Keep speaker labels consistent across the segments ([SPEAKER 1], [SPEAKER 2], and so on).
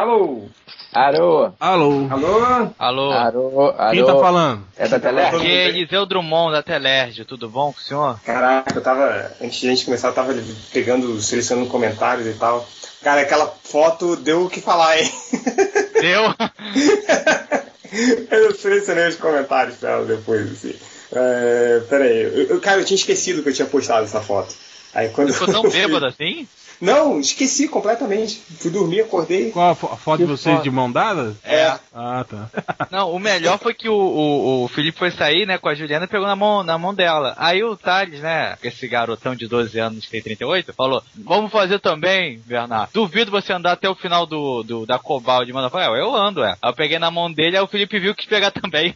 [SPEAKER 1] Alô?
[SPEAKER 2] Arô?
[SPEAKER 3] Alô?
[SPEAKER 1] Alô?
[SPEAKER 4] Alô?
[SPEAKER 2] Arô? Arô?
[SPEAKER 3] Quem tá falando?
[SPEAKER 2] É da
[SPEAKER 4] Aqui
[SPEAKER 2] Telerge?
[SPEAKER 4] é Eliseu Drummond da Telerge, tudo bom com o senhor?
[SPEAKER 1] Caraca, eu tava. Antes de a gente começar, eu tava pegando, selecionando comentários e tal. Cara, aquela foto deu o que falar, hein?
[SPEAKER 4] Deu?
[SPEAKER 1] eu selecionei os comentários dela depois, assim. É, peraí, eu, eu- cara, eu tinha esquecido que eu tinha postado essa foto. Aí quando
[SPEAKER 4] Ficou tão
[SPEAKER 1] eu fui-
[SPEAKER 4] bêbado assim?
[SPEAKER 1] Não, esqueci completamente. Fui dormir, acordei.
[SPEAKER 3] Qual a fo- a foto de
[SPEAKER 2] Que
[SPEAKER 3] vocês
[SPEAKER 2] foto?
[SPEAKER 3] de mão dada?
[SPEAKER 1] É.
[SPEAKER 3] Ah, tá.
[SPEAKER 4] Não, o melhor foi que o, o, o Felipe foi sair, né, com a Juliana e pegou na mão, na mão dela. Aí o Thales, né, esse garotão de 12 anos que tem 38, falou, vamos fazer também, Bernardo. Duvido você andar até o final do, do da Cobal de Mano. Eu falei, "Ué, eu ando, é. Aí eu peguei na mão dele, aí o Felipe viu que quis pegar também.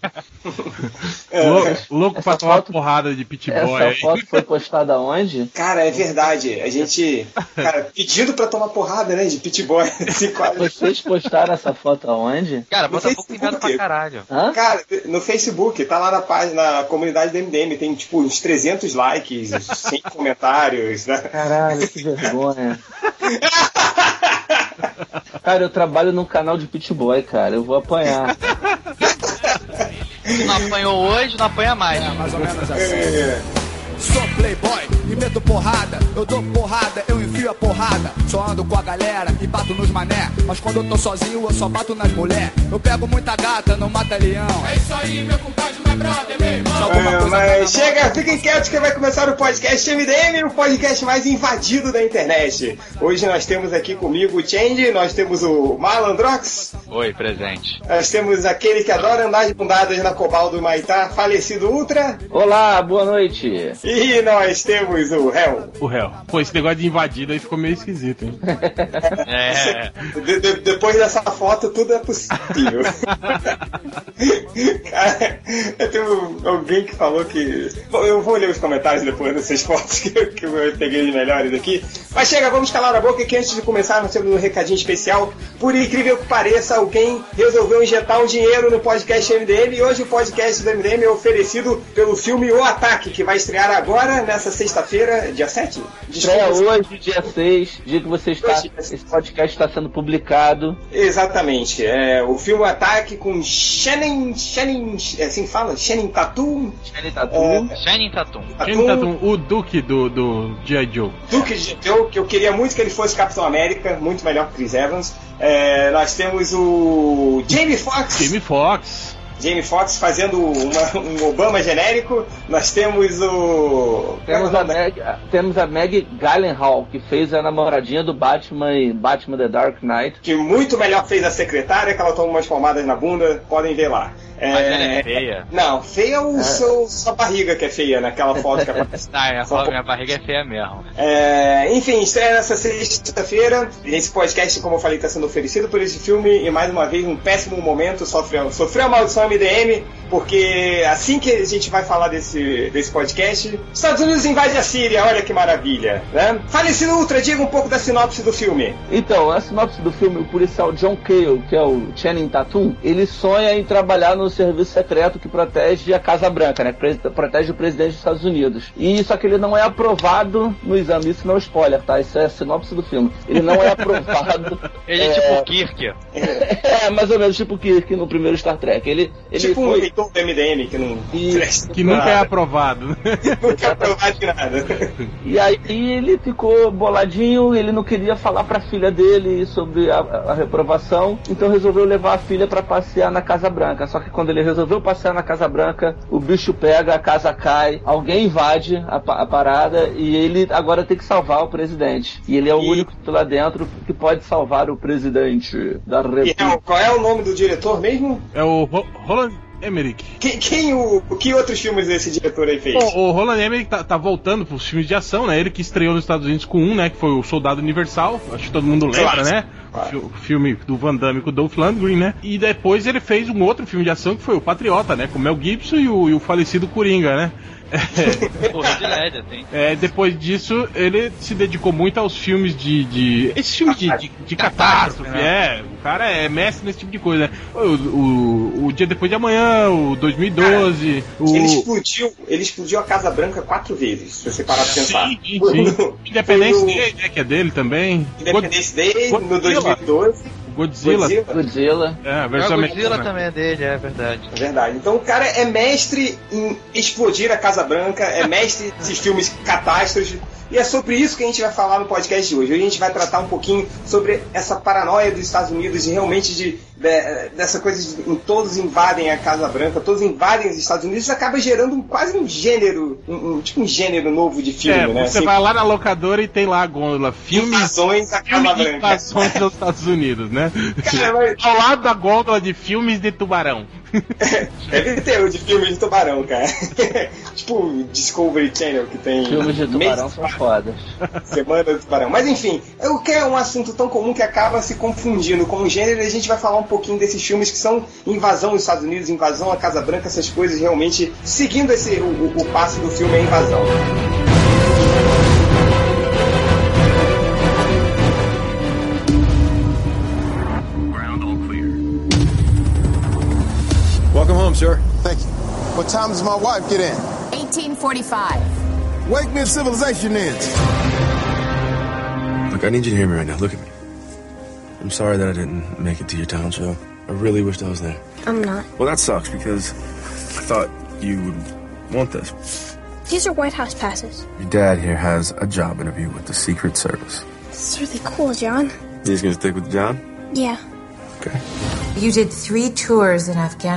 [SPEAKER 1] é,
[SPEAKER 3] Lou- louco pra
[SPEAKER 2] É. Essa
[SPEAKER 3] tomar
[SPEAKER 2] foto-
[SPEAKER 3] porrada de pitboy
[SPEAKER 2] Essa
[SPEAKER 3] aí.
[SPEAKER 2] foto foi postada onde?
[SPEAKER 1] Cara, é verdade. A gente. Cara, pedido pra tomar porrada, né? De pitboy. Assim, quase.
[SPEAKER 2] Vocês postaram essa foto aonde?
[SPEAKER 4] Cara,
[SPEAKER 1] Não sei
[SPEAKER 4] Botafogo
[SPEAKER 1] se
[SPEAKER 4] tem medo pra
[SPEAKER 1] porque-
[SPEAKER 4] caralho.
[SPEAKER 2] Hã?
[SPEAKER 1] Cara, no Facebook, tá lá na página, na comunidade do MDM, tem tipo uns 300 likes, 100 comentários, né?
[SPEAKER 2] Caralho, que vergonha. Cara, eu trabalho num canal de pitboy, cara. Eu vou apanhar.
[SPEAKER 4] Não apanhou hoje, não apanha mais.
[SPEAKER 5] mais ou menos assim.
[SPEAKER 1] É,
[SPEAKER 5] Sou playboy e meto porrada. Eu dou porrada, eu enfio a porrada. Só ando com a galera e bato nos mané. Mas quando eu tô sozinho, eu só bato nas mulher. Eu pego muita gata, não mata leão. É isso aí, meu compadre, meu brother, meu irmão. Se alguma coisa tá na
[SPEAKER 1] é, mas chega, fiquem quietos que vai começar o podcast MDM, o podcast mais invadido da internet. Hoje nós temos aqui comigo o Change, nós temos o Malandrox,
[SPEAKER 4] Oi, presente.
[SPEAKER 1] nós temos aquele que adora andar de bundadas na Cobal do Maitá, falecido Ultra,
[SPEAKER 2] Olá, boa noite.
[SPEAKER 1] e nós temos o Hell.
[SPEAKER 3] O réu. Pô, esse negócio de invadido aí ficou meio esquisito, hein?
[SPEAKER 4] É.
[SPEAKER 1] De- de- depois dessa foto, tudo é possível. É, Cara, eu tenho um, alguém que falou que. Bom, eu vou ler os comentários depois dessas fotos que eu, que eu peguei de melhores aqui. Mas chega, vamos calar a boca que antes de começar, nós temos um recadinho especial. Por incrível que pareça, alguém resolveu injetar um dinheiro no podcast MDM e hoje o podcast do MDM é oferecido pelo filme O Ataque, que vai estrear agora, nessa sexta-feira, dia 7?
[SPEAKER 2] Estreia hoje, dia 6, dia que você está.
[SPEAKER 1] Hoje, dia seis.
[SPEAKER 2] Esse podcast está sendo publicado.
[SPEAKER 1] Exatamente. É, o filme Ataque com Shannon. Shannon. é Assim que fala? Shannon Tatum?
[SPEAKER 2] Ele tá tudo.
[SPEAKER 1] É.
[SPEAKER 4] Shining Tatum.
[SPEAKER 3] Quem tá
[SPEAKER 1] Tatum,
[SPEAKER 3] com o Duque do, do G.I. Joe?
[SPEAKER 1] Duke de Joe, que eu queria muito que ele fosse Capitão América, muito melhor que Chris Evans. É, nós temos o Jamie Foxx. Jamie,
[SPEAKER 3] Jamie Foxx.
[SPEAKER 1] Foxx fazendo uma- um Obama genérico. Nós temos o.
[SPEAKER 2] Temos a, Meg, temos a Meg Gallenhall, que fez a namoradinha do Batman em Batman The Dark Knight.
[SPEAKER 1] Que muito melhor fez a secretária, que ela toma umas palmadas na bunda, podem ver lá. É,
[SPEAKER 4] Mas ela é feia.
[SPEAKER 1] Não, feia é o seu, sua barriga que é feia naquela foto que aparece.
[SPEAKER 4] Tá, minha, minha barriga é feia mesmo.
[SPEAKER 1] É, enfim, estreia nessa sexta-feira. Esse podcast, como eu falei, está sendo oferecido por esse filme e mais uma vez um péssimo momento. Sofreu, sofreu a maldição MDM, porque assim que a gente vai falar desse, desse podcast, Estados Unidos invade a Síria, olha que maravilha. Né? Falecido Ultra, diga um pouco da sinopse do filme.
[SPEAKER 2] Então, a sinopse do filme, o policial John Cale, que é o Channing Tatum, ele sonha em trabalhar no serviço secreto que protege a Casa Branca, né? Pre- Protege o presidente dos Estados Unidos. E só que ele não é aprovado no exame, isso não é spoiler, tá? Isso é a sinopse do filme. Ele não é aprovado.
[SPEAKER 4] Ele é, tipo o Kirk.
[SPEAKER 2] é, mais ou menos tipo o Kirk no primeiro Star Trek. Ele, ele
[SPEAKER 1] tipo um
[SPEAKER 2] foi...
[SPEAKER 1] leitor do MDM que não
[SPEAKER 2] E-
[SPEAKER 1] presta
[SPEAKER 3] Que nunca é
[SPEAKER 1] nada,
[SPEAKER 3] aprovado.
[SPEAKER 1] nunca é aprovado de nada.
[SPEAKER 2] E aí ele ficou boladinho, ele não queria falar pra filha dele sobre a, a reprovação, então resolveu levar a filha pra passear na Casa Branca. Só que quando ele resolveu passear na Casa Branca, o bicho pega, a casa cai, alguém invade a, pa- a parada e ele agora tem que salvar o presidente. E ele é o
[SPEAKER 1] E-
[SPEAKER 2] único lá dentro que pode salvar o presidente da
[SPEAKER 1] E,
[SPEAKER 2] República.
[SPEAKER 1] Hel, qual é o nome do diretor mesmo?
[SPEAKER 3] É o Ro- Roland Emmerich.
[SPEAKER 1] Quem, quem o, que outros filmes esse diretor aí fez?
[SPEAKER 3] Bom, o Roland Emmerich tá, tá voltando pros filmes de ação, né? Ele que estreou nos Estados Unidos com um, né? Que foi o Soldado Universal. Acho que todo mundo lembra,
[SPEAKER 1] Claro.
[SPEAKER 3] né?
[SPEAKER 1] Claro.
[SPEAKER 3] O fi- o filme do Van Damme com o Dolph Lundgren, né? E depois ele fez um outro filme de ação que foi o Patriota, né? Com o Mel Gibson e o, e o falecido Coringa, né?
[SPEAKER 4] O Red Led, assim.
[SPEAKER 3] É, depois disso, ele se dedicou muito aos filmes de. de esses filmes de, de, de catástrofe,
[SPEAKER 4] Catástrofe,
[SPEAKER 3] é. O cara é mestre nesse tipo de coisa, né? O, o, o Dia Depois de Amanhã, o 2012. o...
[SPEAKER 1] Ele explodiu, ele explodiu a Casa Branca quatro vezes, se você parar pra pensar.
[SPEAKER 3] Sim, sim.
[SPEAKER 1] Foi no- foi
[SPEAKER 3] Independence
[SPEAKER 1] no
[SPEAKER 3] Day, né? Que é dele também.
[SPEAKER 1] Independence Day,
[SPEAKER 3] Godzilla.
[SPEAKER 1] no 2012.
[SPEAKER 3] Godzilla.
[SPEAKER 2] Godzilla.
[SPEAKER 3] É, a
[SPEAKER 4] É,
[SPEAKER 3] versão
[SPEAKER 4] Godzilla
[SPEAKER 3] americana.
[SPEAKER 4] também é dele, é verdade.
[SPEAKER 1] É verdade. Então o cara é mestre em explodir a Casa Branca, é mestre desses filmes catástrofe. E é sobre isso que a gente vai falar no podcast de hoje. Hoje a gente vai tratar um pouquinho sobre essa paranoia dos Estados Unidos de realmente de, de- dessa coisa de em todos invadem a Casa Branca, todos invadem os Estados Unidos, isso acaba gerando um- quase um gênero, um, um- tipo um gênero novo de filme,
[SPEAKER 3] É,
[SPEAKER 1] né?
[SPEAKER 3] você
[SPEAKER 1] Assim,
[SPEAKER 3] vai lá na locadora e tem lá a gôndola. Filmes.
[SPEAKER 1] invasões à Casa
[SPEAKER 3] Filme
[SPEAKER 1] tá
[SPEAKER 3] de
[SPEAKER 1] Branca.
[SPEAKER 3] invasões nos Estados Unidos, né?
[SPEAKER 1] Cara, mas-
[SPEAKER 3] Ao lado da gôndola de filmes de tubarão.
[SPEAKER 1] Deve ter o É, de filme de tubarão, cara. tipo o Discovery Channel que tem.
[SPEAKER 2] Filmes de tubarão são fodas.
[SPEAKER 1] Semana do Tubarão. Mas enfim, o que é um assunto tão comum que acaba se confundindo com o gênero, e a gente vai falar um pouquinho desses filmes que são invasão aos Estados Unidos, invasão à Casa Branca, essas coisas realmente seguindo esse o, o- o passo do filme é invasão.
[SPEAKER 6] Welcome home, sir.
[SPEAKER 7] Thank you. What time does my wife get in?
[SPEAKER 8] 1845.
[SPEAKER 7] Wake me if civilization ends.
[SPEAKER 6] Look, I need you to hear me right now. Look at me. I'm sorry that I didn't make it to your town show. I really wished I was there.
[SPEAKER 8] I'm not.
[SPEAKER 6] Well, that sucks because I thought you would want this.
[SPEAKER 8] These are White House passes.
[SPEAKER 6] Your dad here has a job interview with the Secret Service.
[SPEAKER 8] This is really cool, John.
[SPEAKER 6] He's gonna stick with the job?
[SPEAKER 8] Yeah.
[SPEAKER 6] Okay.
[SPEAKER 9] You did three tours in Afghanistan.